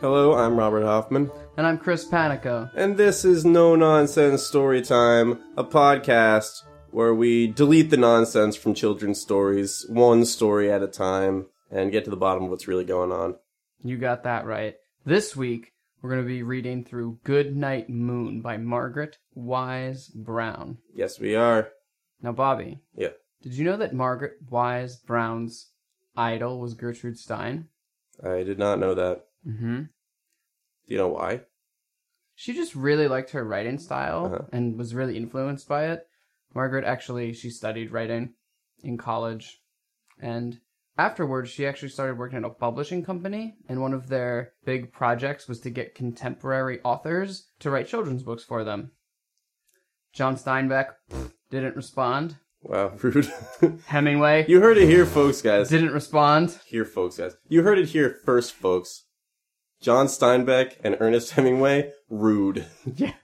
Hello, I'm Robert Hoffman, And I'm Chris Panico. and this is No Nonsense Story Time, a podcast where we delete the nonsense from children's stories, one story at a time, and get to the bottom of what's really going on. You got that right. This week, we're going to be reading through Good Night Moon by Margaret Wise Brown. Yes, we are. Now, Bobby, Yeah. did you know that Margaret Wise Brown's idol was Gertrude Stein? I did not know that. Mm hmm. Do you know why? She just really liked her writing style Uh-huh. and was really influenced by it. Margaret actually, she studied writing in college. And afterwards, she actually started working at a publishing company. And one of their big projects was to get contemporary authors to write children's books for them. John Steinbeck pfft, didn't respond. Wow, rude. Hemingway you heard it here, folks, guys. didn't respond. Here, folks, guys. You heard it here first, folks. John Steinbeck and Ernest Hemingway, rude. Yeah.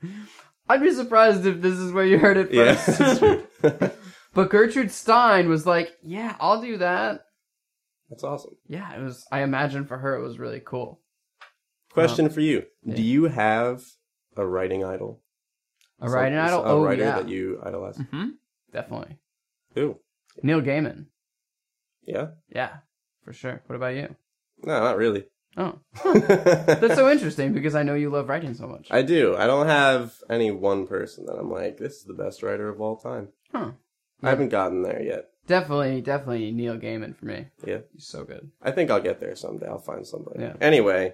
I'd be surprised if this is where you heard it Yeah, first. that's rude. but Gertrude Stein was like, yeah, I'll do that. That's awesome. yeah, it was. I imagine for her it was really cool. Question for you: Uh, yeah. Do you have a writing idol? A writing Some- idol. A Oh writer yeah, that you idolize. hmm definitely. Ooh, Neil Gaiman. yeah. Yeah, for sure. What about you? No, not really. Oh, that's so interesting because I know you love writing so much. I do. I don't have any one person that I'm like, this is the best writer of all time. Huh. I haven't gotten there yet. Definitely, definitely Neil Gaiman for me. Yeah. he's so good. I think I'll get there someday. I'll find somebody. Yeah. Anyway,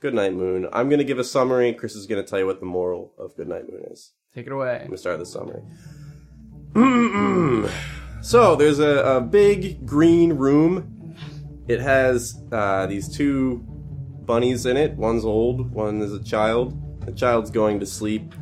Good Night Moon. I'm going to give a summary. Chris is going to tell you what the moral of Good Night Moon is. Take it away. I'm going to start the summary. so, there's a, a big green room. It has uh, these two bunnies in it. One's old, one is a child. The child's going to sleep.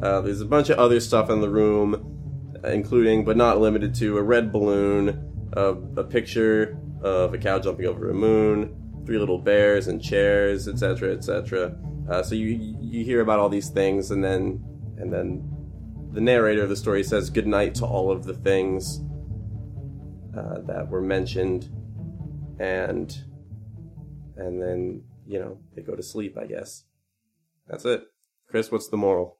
Uh, there's a bunch of other stuff in the room, uh, including, but not limited to, a red balloon, a, a picture of a cow jumping over a moon, three little bears and chairs, etc., etc. Uh, so you you hear about all these things, and then and then the narrator of the story says good night to all of the things uh, that were mentioned, and and then you know they go to sleep. I guess that's it. Chris, what's the moral?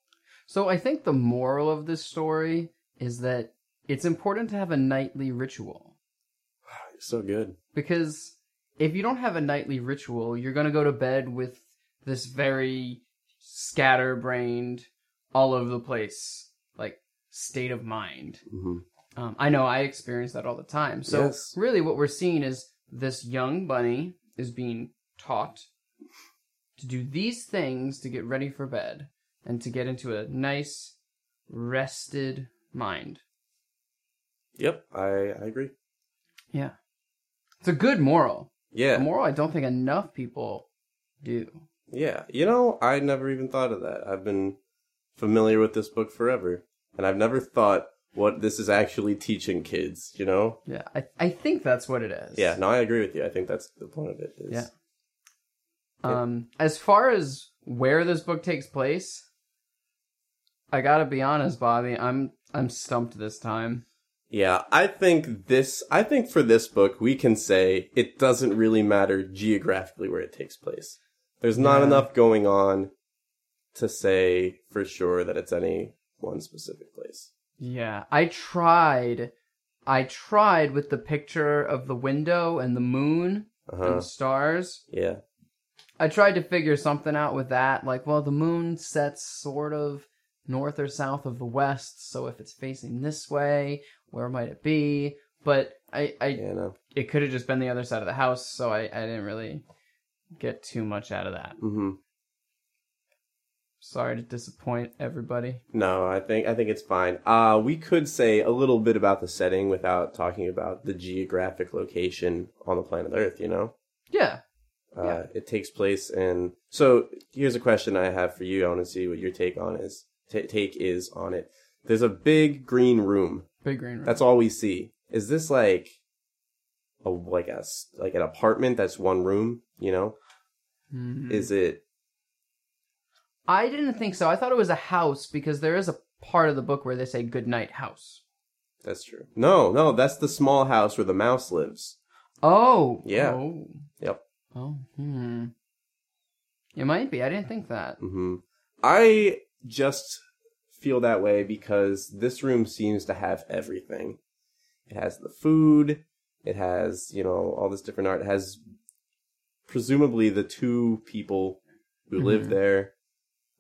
So I think the moral of this story is that it's important to have a nightly ritual You're so good. because if you don't have a nightly ritual, you're going to go to bed with this very scatterbrained, all over the place, like state of mind. Mm-hmm. Um, I know I experience that all the time. So Yes. really, what we're seeing is this young bunny is being taught to do these things to get ready for bed and to get into a nice, rested mind. Yep, I I agree. Yeah, it's a good moral. A Yeah, moral I don't think enough people do. yeah. You know, I never even thought of that. I've been familiar with this book forever, and I've never thought what this is actually teaching kids. You know? Yeah, I, I think that's what it is. Yeah. No, I agree with you. I think that's the point of it. Is Yeah. Um, as far as where this book takes place, I gotta be honest, Bobby. I'm I'm stumped this time. Yeah, I think this, I think for this book, we can say it doesn't really matter geographically where it takes place. There's not Yeah. enough going on to say for sure that it's any one specific place. Yeah, I tried. I tried with the picture of the window and the moon Uh and huh. the stars. Yeah. I tried to figure something out with that. Like, well, the moon sets sort of north or south of the west, so if it's facing this way, where might it be? But I, I Yeah, no. it could have just been the other side of the house, so I, I didn't really get too much out of that. Mm hmm. Sorry to disappoint everybody. No, I think I think it's fine. Uh, we could say a little bit about the setting without talking about the geographic location on the planet Earth. You know, Yeah. uh, Yeah. it takes place in. So here's a question I have for you. I want to see what your take on is. ta take is on it. There's a big green room. Big green room. That's all we see. Is this like a like a s- like an apartment that's one room? You know, Mhm. is it? I didn't think so. I thought it was a house because there is a part of the book where they say goodnight house. That's true. No, no, that's the small house where the mouse lives. Oh. Yeah. Oh. Yep. Oh. Hmm. You might be. I didn't think that. hmm I just feel that way because this room seems to have everything. It has the food. It has you know all this different art. It has presumably the two people who live Mhm. there.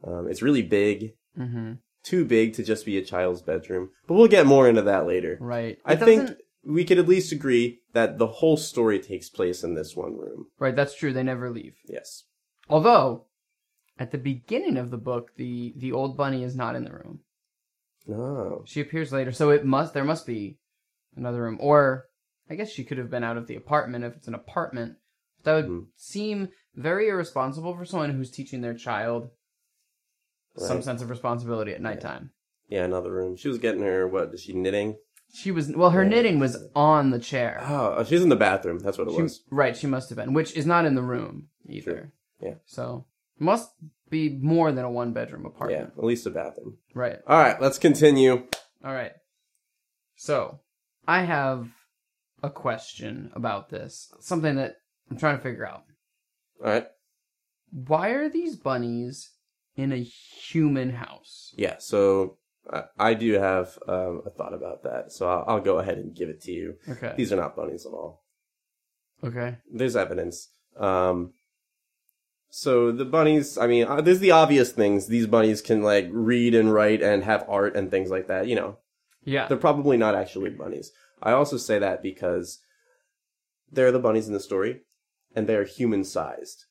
Um, it's really big, Mm-hmm. too big to just be a child's bedroom. But we'll get more into that later. Right. It I think doesn't- we could at least agree that the whole story takes place in this one room. Right. That's true. They never leave. Yes. Although, at the beginning of the book, the the old bunny is not in the room. Oh. She appears later, so it must there must be another room, or I guess she could have been out of the apartment if it's an apartment. That would Mhm. seem very irresponsible for someone who's teaching their child some Right. sense of responsibility at nighttime. Yeah, another room. She was getting her what? Is she knitting? She was well, her Yeah. knitting was on the chair. Oh, oh, she's in the bathroom. That's what it She- was. right, she must have been, which is not in the room either. Yeah. So must be more than a one bedroom Yeah, apartment. at least a bathroom. Right. All right, let's continue. All right. So, I have a question about this. Something that I'm trying to figure out. All right. Why are these bunnies in a human house? Yeah, so I, I do have um, a thought about that. So I'll, I'll go ahead and give it to you. Okay. These are not bunnies at all. okay. There's evidence. Um, so the bunnies, I mean, uh, there's the obvious things. These bunnies can like read and write and have art and things like that. You know, Yeah. They're probably not actually bunnies. I also say that because they're the bunnies in the story, and they are human sized.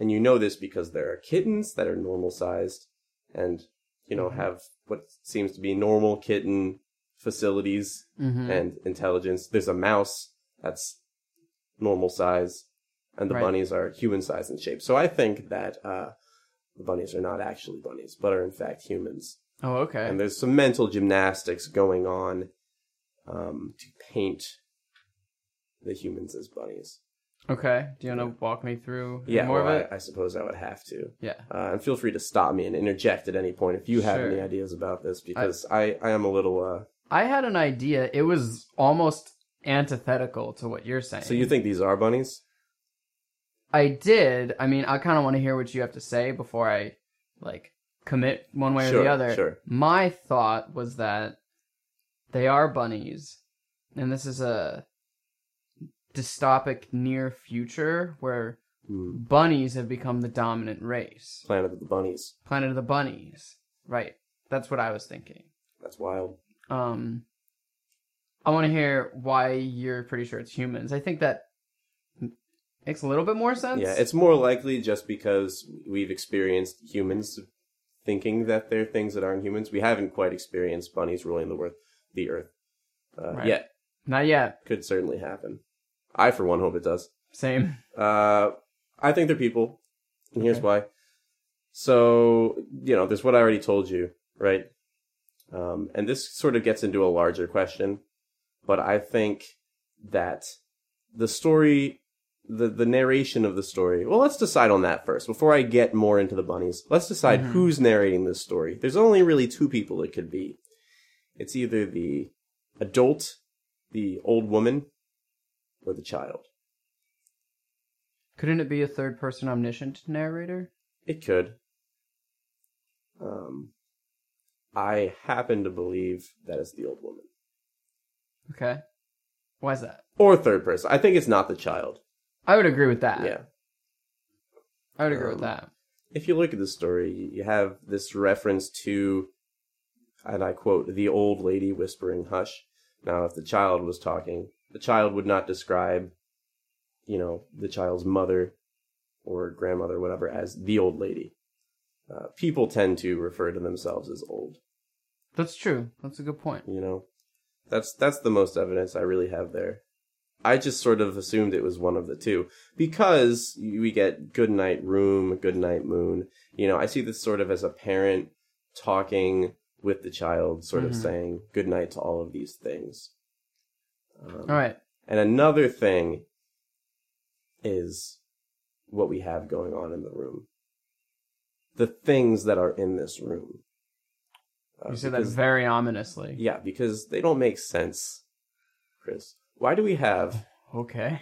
And you know this because there are kittens that are normal sized and, you know, Mhm. have what seems to be normal kitten facilities hmm and intelligence. There's a mouse that's normal size, and the Right. bunnies are human size in shape. So I think that uh, the bunnies are not actually bunnies, but are in fact humans oh, okay. and there's some mental gymnastics going on um, to paint the humans as bunnies. Okay. Do you want to walk me through Yeah, more well, of it? I, I suppose I would have to. Yeah. Uh, and feel free to stop me and interject at any point if you have Sure. any ideas about this, because I, I am a little. Uh, I had an idea. It was almost antithetical to what you're saying. so you think these are bunnies? I did. I mean, I kind of want to hear what you have to say before I like commit one way sure, or the other. Sure. my thought was that they are bunnies and this is a dystopic near future where Hmm. bunnies have become the dominant race Planet of the Bunnies. planet of the bunnies right that's what i was thinking That's wild. um i want to hear why you're pretty sure it's humans i think that m- makes a little bit more sense yeah, it's more likely just because we've experienced humans thinking that they're things that aren't humans. We haven't quite experienced bunnies ruling the earth, the earth uh, Right. yet. not yet could certainly happen. I, for one, hope it does. same Uh, I think they're people, and here's why. So, you know, there's what I already told you, right? Um, and this sort of gets into a larger question, but I think that the story, the, the narration of the story, well, let's decide on that first. Before I get more into the bunnies, let's decide Mhm. who's narrating this story. There's only really two people it could be. It's either the adult, the old woman, or the child. couldn't it be a third person omniscient narrator It could. Um, I happen to believe that it's the old woman okay why is that or third person. I think it's not the child. i would agree with that Yeah. I would agree with Um, that. If you look at the story, you have this reference to, and I quote, the old lady whispering hush. Now, if the child was talking, the child would not describe, you know, the child's mother or grandmother, whatever, as the old lady. Uh, people tend to refer to themselves as old. That's true. That's a good point. you know that's that's the most evidence i really have there i just sort of assumed it was one of the two because we get good night room good night moon you know i see this sort of as a parent talking with the child sort of Mhm. saying good night to all of these things um, All right. and another thing is what we have going on in the room the things that are in this room Uh, You said that because- very ominously. yeah, because they don't make sense, Chris. Why do we have Okay.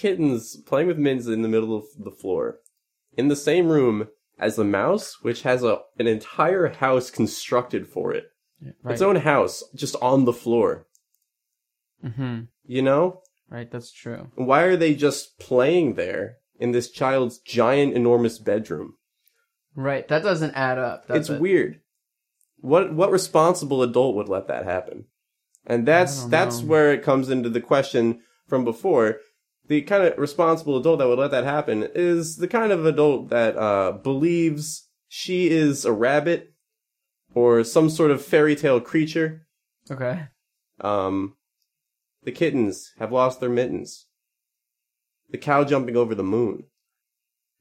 kittens playing with mittens in the middle of the floor? in the same room as the mouse, which has a an entire house constructed for it. Right. Its own house, just on the floor. hmm You know? Right. That's true. Why are they just playing there in this child's giant, enormous bedroom? Right. That doesn't add up. Does it's it? weird. What what responsible adult would let that happen? And I that's don't that's know. where it comes into the question from before. The kind of responsible adult that would let that happen is the kind of adult that uh, believes she is a rabbit or some sort of fairy tale creature. Okay. Um, the kittens have lost their mittens. The cow jumping over the moon.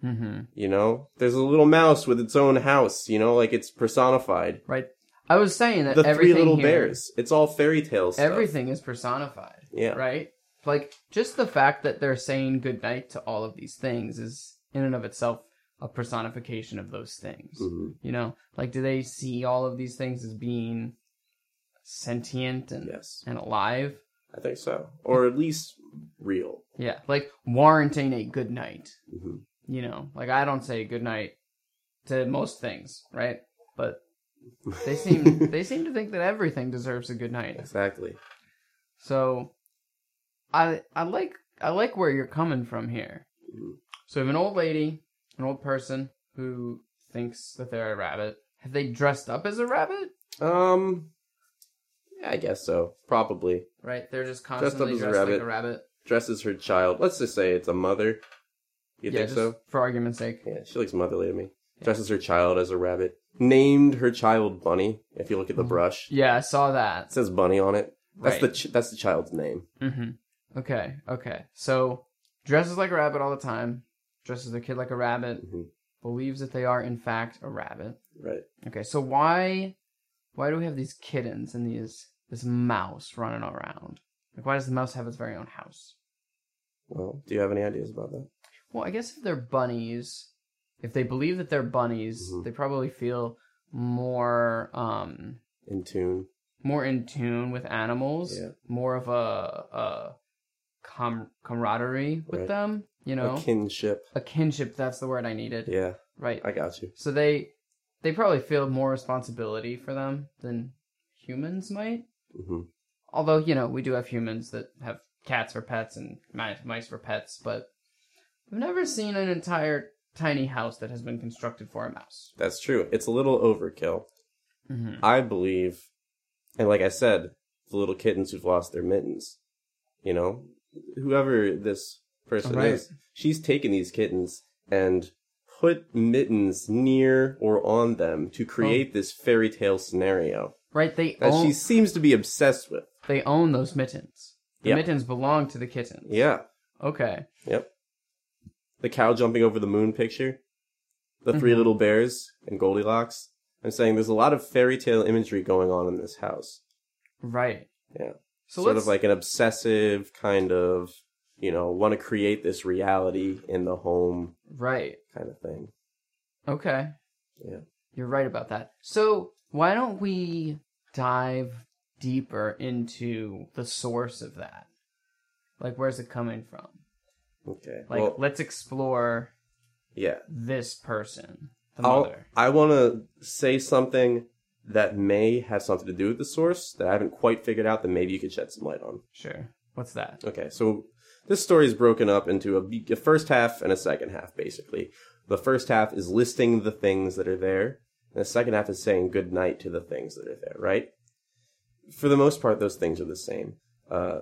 hmm You know, there's a little mouse with its own house. You know, like it's personified. Right. I was saying that the three everything little here- bears. It's all fairy tales. Everything is personified. Yeah. Right? Like, just the fact that they're saying goodnight to all of these things is, in and of itself, a personification of those things. Mhm. You know? Like, do they see all of these things as being sentient and, Yes, and alive? I think so, or at least real. Yeah. Like, warranting a goodnight. hmm You know? Like, I don't say goodnight to most things, right? But. they seem they seem to think that everything deserves a good night. Exactly. So I I like I like where you're coming from here. Mhm. So we have an old lady, an old person who thinks that they're a rabbit. Have they dressed up as a rabbit? Um, yeah, I guess so. Probably Right, they're just up constantly as a dressed, like rabbit. a rabbit. dresses her child. Let's just say it's a mother. You think just so? For argument's sake. Yeah, she looks motherly to me. Dresses her child as a rabbit. Named her child Bunny. If you look at the brush, Yeah, I saw that. it says Bunny on it. That's Mm-hmm. Right. the ch- that's the child's name. Mm-hmm. Okay, okay. So dresses like a rabbit all the time. Dresses their kid like a rabbit. Mhm. Believes that they are in fact a rabbit. Right. Okay, so why why do we have these kittens and these this mouse running around? Like why does the mouse have its very own house? Well, do you have any ideas about that? Well, I guess if they're bunnies, if they believe that they're bunnies, Mhm. they probably feel more um In tune. more in tune with animals, Yeah. more of a a com- camaraderie with Right. them, you know? A kinship. a kinship, that's the word I needed. Yeah, Right. I got you. So they they probably feel more responsibility for them than humans might. hmm although you know we do have humans that have cats for pets and mi- mice for pets but i've never seen an entire tiny house that has been constructed for a mouse That's true. It's a little overkill. mm-hmm. I believe, and like I said, the little kittens who've lost their mittens, you know, whoever this person Right. is, she's taken these kittens and put mittens near or on them to create this fairy tale scenario right they that own she seems to be obsessed with. they own those mittens the Yeah. mittens belong to the kittens Yeah. okay Yep. The cow jumping over the moon picture, the 3 Mhm. little bears, and Goldilocks. I'm saying there's a lot of fairy tale imagery going on in this house. right Yeah. so sort let's of like an obsessive kind of, you know, want to create this reality in the home right kind of thing. okay Yeah. you're right about that so why don't we dive deeper into the source of that like where's it coming from Okay. like well, let's explore yeah. this person, the I'll, mother. I want to say something that may have something to do with the source that I haven't quite figured out that maybe you could shed some light on. Sure. What's that? Okay, so this story is broken up into a, be- a first half and a second half, basically. The first half is listing the things that are there, and the second half is saying goodnight to the things that are there, right? For the most part, those things are the same. Uh,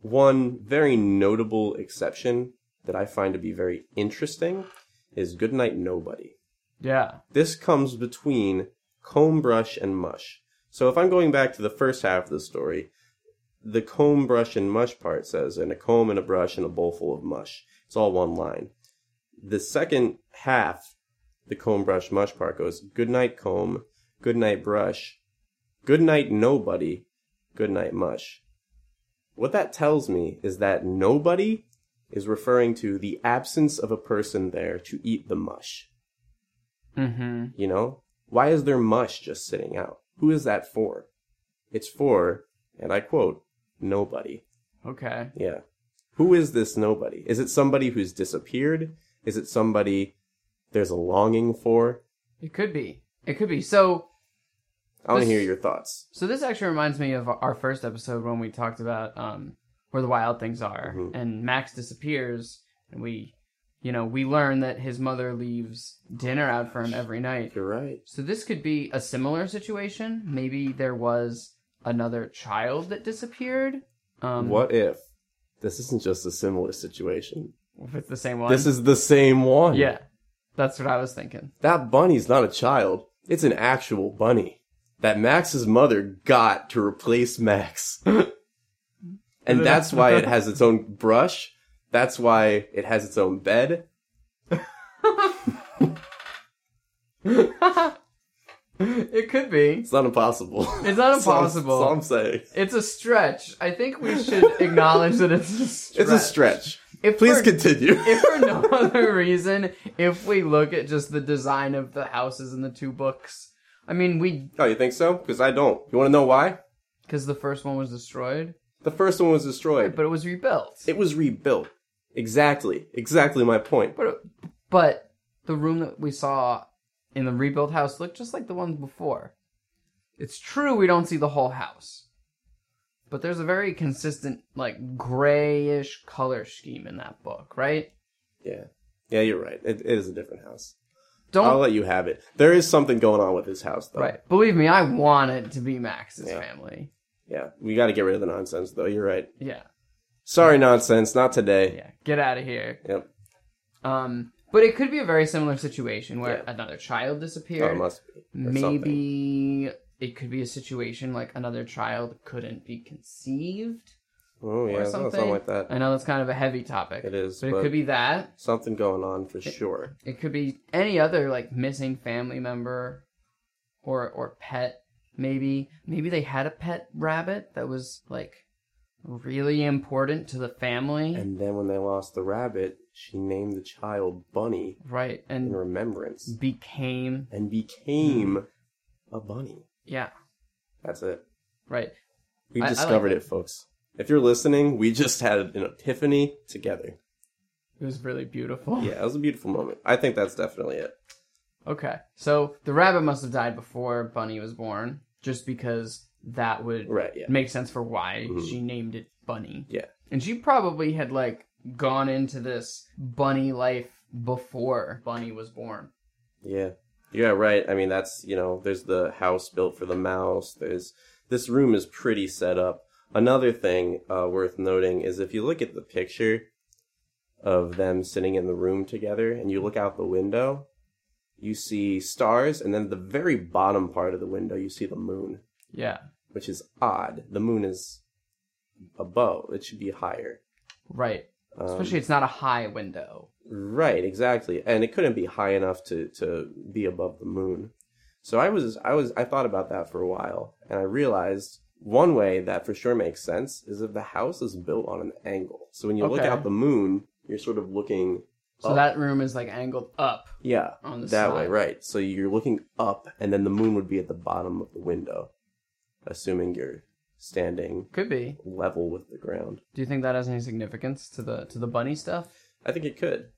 one very notable exception that I find to be very interesting is goodnight nobody. Yeah. This comes between comb brush and mush. So if I'm going back to the first half of the story, the comb brush and mush part says, and a comb and a brush and a bowl full of mush. It's all one line. The second half, the comb brush mush part goes, good night comb, good night brush, good night nobody, good night mush. What that tells me is that nobody is referring to the absence of a person there to eat the mush. Mm-hmm. You know? Why is there mush just sitting out? Who is that for? It's for, and I quote, nobody. Okay. Yeah. Who is this nobody? Is it somebody who's disappeared? Is it somebody there's a longing for. It could be. It could be. So I want to This- hear your thoughts. so this actually reminds me of our first episode when we talked about um where the wild things are Mhm. and Max disappears and we you know, we learn that his mother leaves dinner out for him every night. You're right. So this could be a similar situation. Maybe there was another child that disappeared. Um, what if this isn't just a similar situation? With the same one. This is the same one. yeah. That's what I was thinking. That bunny's not a child. It's an actual bunny that Max's mother got to replace Max. and that's why it has its own brush. That's why it has its own bed. it could be. It's not impossible. It's not That's all- impossible. That's all I'm saying. It's a stretch. I think we should acknowledge that it's a stretch. It's a stretch. If Please for- continue. if for no other reason, if we look at just the design of the houses in the two books, I mean, we oh, you think so? Because I don't. You want to know why? because the first one was destroyed, The first one was destroyed. but it was rebuilt. It was rebuilt. Exactly. Exactly my point. But but the room that we saw in the rebuilt house looked just like the ones before. It's true we don't see the whole house. But there's a very consistent like grayish color scheme in that book, right? Yeah. Yeah, you're right. It, it is a different house. I'll Don't let you have it. There is something going on with his house, though. right. Believe me, I want it to be Max's Yeah. family. Yeah. We got to get rid of the nonsense, though. You're right. Yeah. Sorry, nonsense. Not today. Yeah. Get out of here. Yep. Um but it could be a very similar situation where Yeah. another child Oh, it disappeared. must be. or something. Maybe it could be a situation like another child couldn't be conceived. Oh, yeah. or Something, something. like that. I know that's kind of a heavy topic. It is. But But, it could be that. something going on for sure. It could be any other like missing family member or or pet maybe. Maybe they had a pet rabbit that was like really important to the family. And then when they lost the rabbit, she named the child Bunny right. in And remembrance became and became Hmm. a bunny. yeah, That's it. right. We I- I like discovered that. it, folks. If you're listening, we just had an epiphany together. It was really beautiful. Yeah, it was a beautiful moment. I think that's definitely it. Okay. So the rabbit must have died before Bunny was born just because that would Right, yeah. makes sense for why Mhm. she named it Bunny. Yeah. And she probably had like gone into this bunny life before Bunny was born. Yeah. Yeah, right. I mean, that's, you know, there's the house built for the mouse. There's this room is pretty set up. Another thing uh, worth noting is if you look at the picture of them sitting in the room together and you look out the window, you see stars, and then at the very bottom part of the window, you see the moon. Yeah. which is odd. The moon is above; it should be higher. Right. Um, Especially it's not a high window. right, exactly, and it couldn't be high enough to to be above the moon. So I was I was I thought about that for a while, and I realized one way that for sure makes sense is if the house is built on an angle. So when you look Okay. out the moon, you're sort of looking So up. that room is like angled up yeah on the oh. that side. way right. So you're looking up, and then the moon would be at the bottom of the window, assuming you're standing Could be. level with the ground. Do you think that has any significance to the to the bunny stuff? I think it could.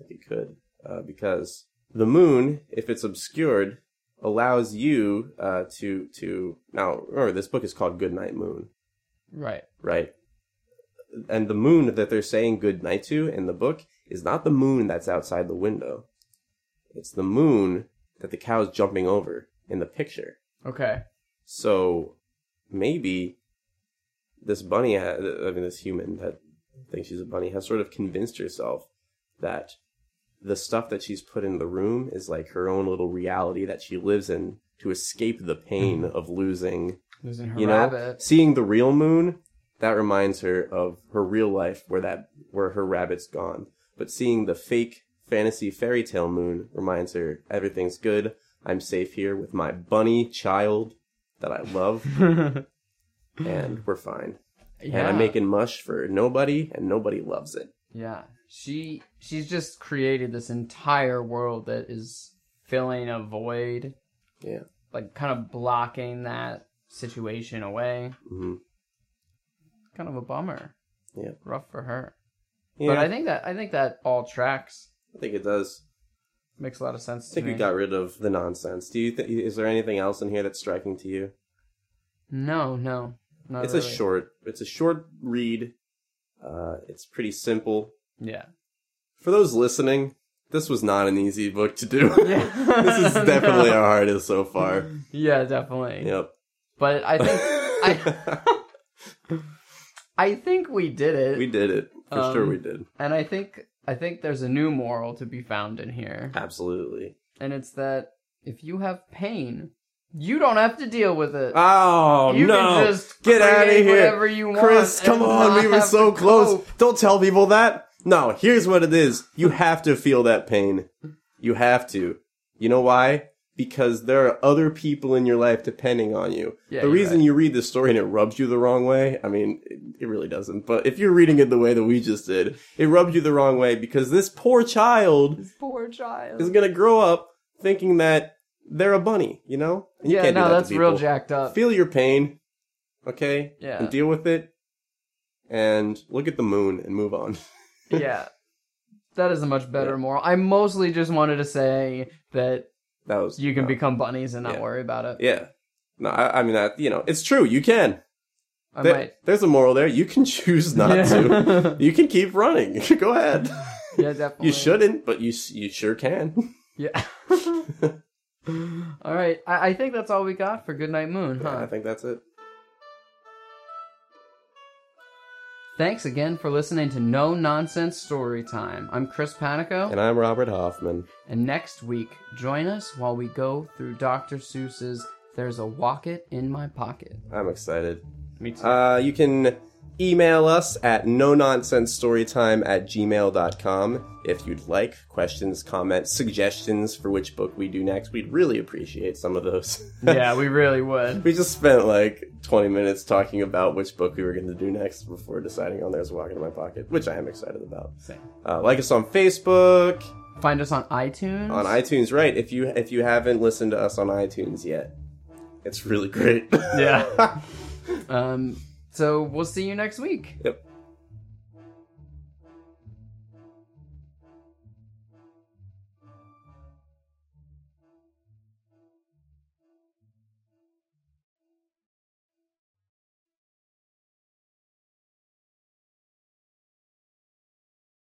I think it could uh, because the moon, if it's obscured, allows you uh, to to now. Remember, this book is called Goodnight Moon, Right. right? And the moon that they're saying good night to in the book is not the moon that's outside the window. It's the moon that the cow's jumping over in the picture. Okay. So maybe this bunny, ha- I mean, this human that thinks she's a bunny, has sort of convinced herself that the stuff that she's put in the room is like her own little reality that she lives in to escape the pain of losing, Losing her you know, rabbit. seeing the real moon. That reminds her of her real life where that where her rabbit's gone. But seeing the fake fantasy fairy tale moon reminds her everything's good. I'm safe here with my bunny child that I love and we're fine. And yeah. I'm making mush for nobody, and nobody loves it. Yeah. She she's just created this entire world that is filling a void Yeah. like kind of blocking that situation away. hmm Kind of a bummer. Yeah. Rough for her. Yeah, But I think that I think that all tracks. I think it does. Makes a lot of sense I to think me. we got rid of the nonsense. Do you think? Is there anything else in here that's striking to you? no, no, not it's really. a short. It's a short read. Uh, it's pretty simple. Yeah. For those listening, this was not an easy book to do. Yeah. Mm. this is definitely No. our hardest so far. Yeah, definitely. Yep. But I think I think we did it. we did it. For sure Um, we did. And I think I think there's a new moral to be found in here. Absolutely. And it's that if you have pain, you don't have to deal with it. Oh you no. can just Get outta create here. whatever you want. Chris, come and on, not we were have so to close. cope. Don't tell people that. No, here's what it is. You have to feel that pain. You have to. You know why? Because there are other people in your life depending on you. Yeah, the you're reason right. you read this story and it rubs you the wrong way, I mean, it, it really doesn't, but if you're reading it the way that we just did, it rubs you the wrong way because this poor child This poor child. is going to grow up thinking that they're a bunny, you know? And you yeah, can't do no, that to that's real people. jacked up. Feel your pain, okay? Yeah. And deal with it. And look at the moon and move on. yeah. That is a much better Yeah. moral. I mostly just wanted to say that That was you can uh, become bunnies and not yeah. worry about it. Yeah. No, I, I mean that. You know, it's true. You can. I There- might. There's a moral there. You can choose not to. yeah. You can keep running. Go ahead. yeah, definitely. You shouldn't, but you s- you sure can. Yeah. all right. I, I think that's all we got for Goodnight Moon, huh? I think that's it. Thanks again for listening to No Nonsense Storytime. I'm Chris Panico, And I'm Robert Hoffman. and next week, join us while we go through Dr. Seuss's There's a Walket in My Pocket. I'm excited. Me too. Uh, you can email us at no nonsense storytime at gmail.com if you'd like questions comments suggestions for which book we do next we'd really appreciate some of those yeah, we really would. we just spent like 20 minutes talking about which book we were going to do next before deciding on there's a walk in my pocket which i am excited about Same. uh, like us on facebook Find us on iTunes. on itunes right if you if you haven't listened to us on itunes yet it's really great Yeah. um, so we'll see you next week. yep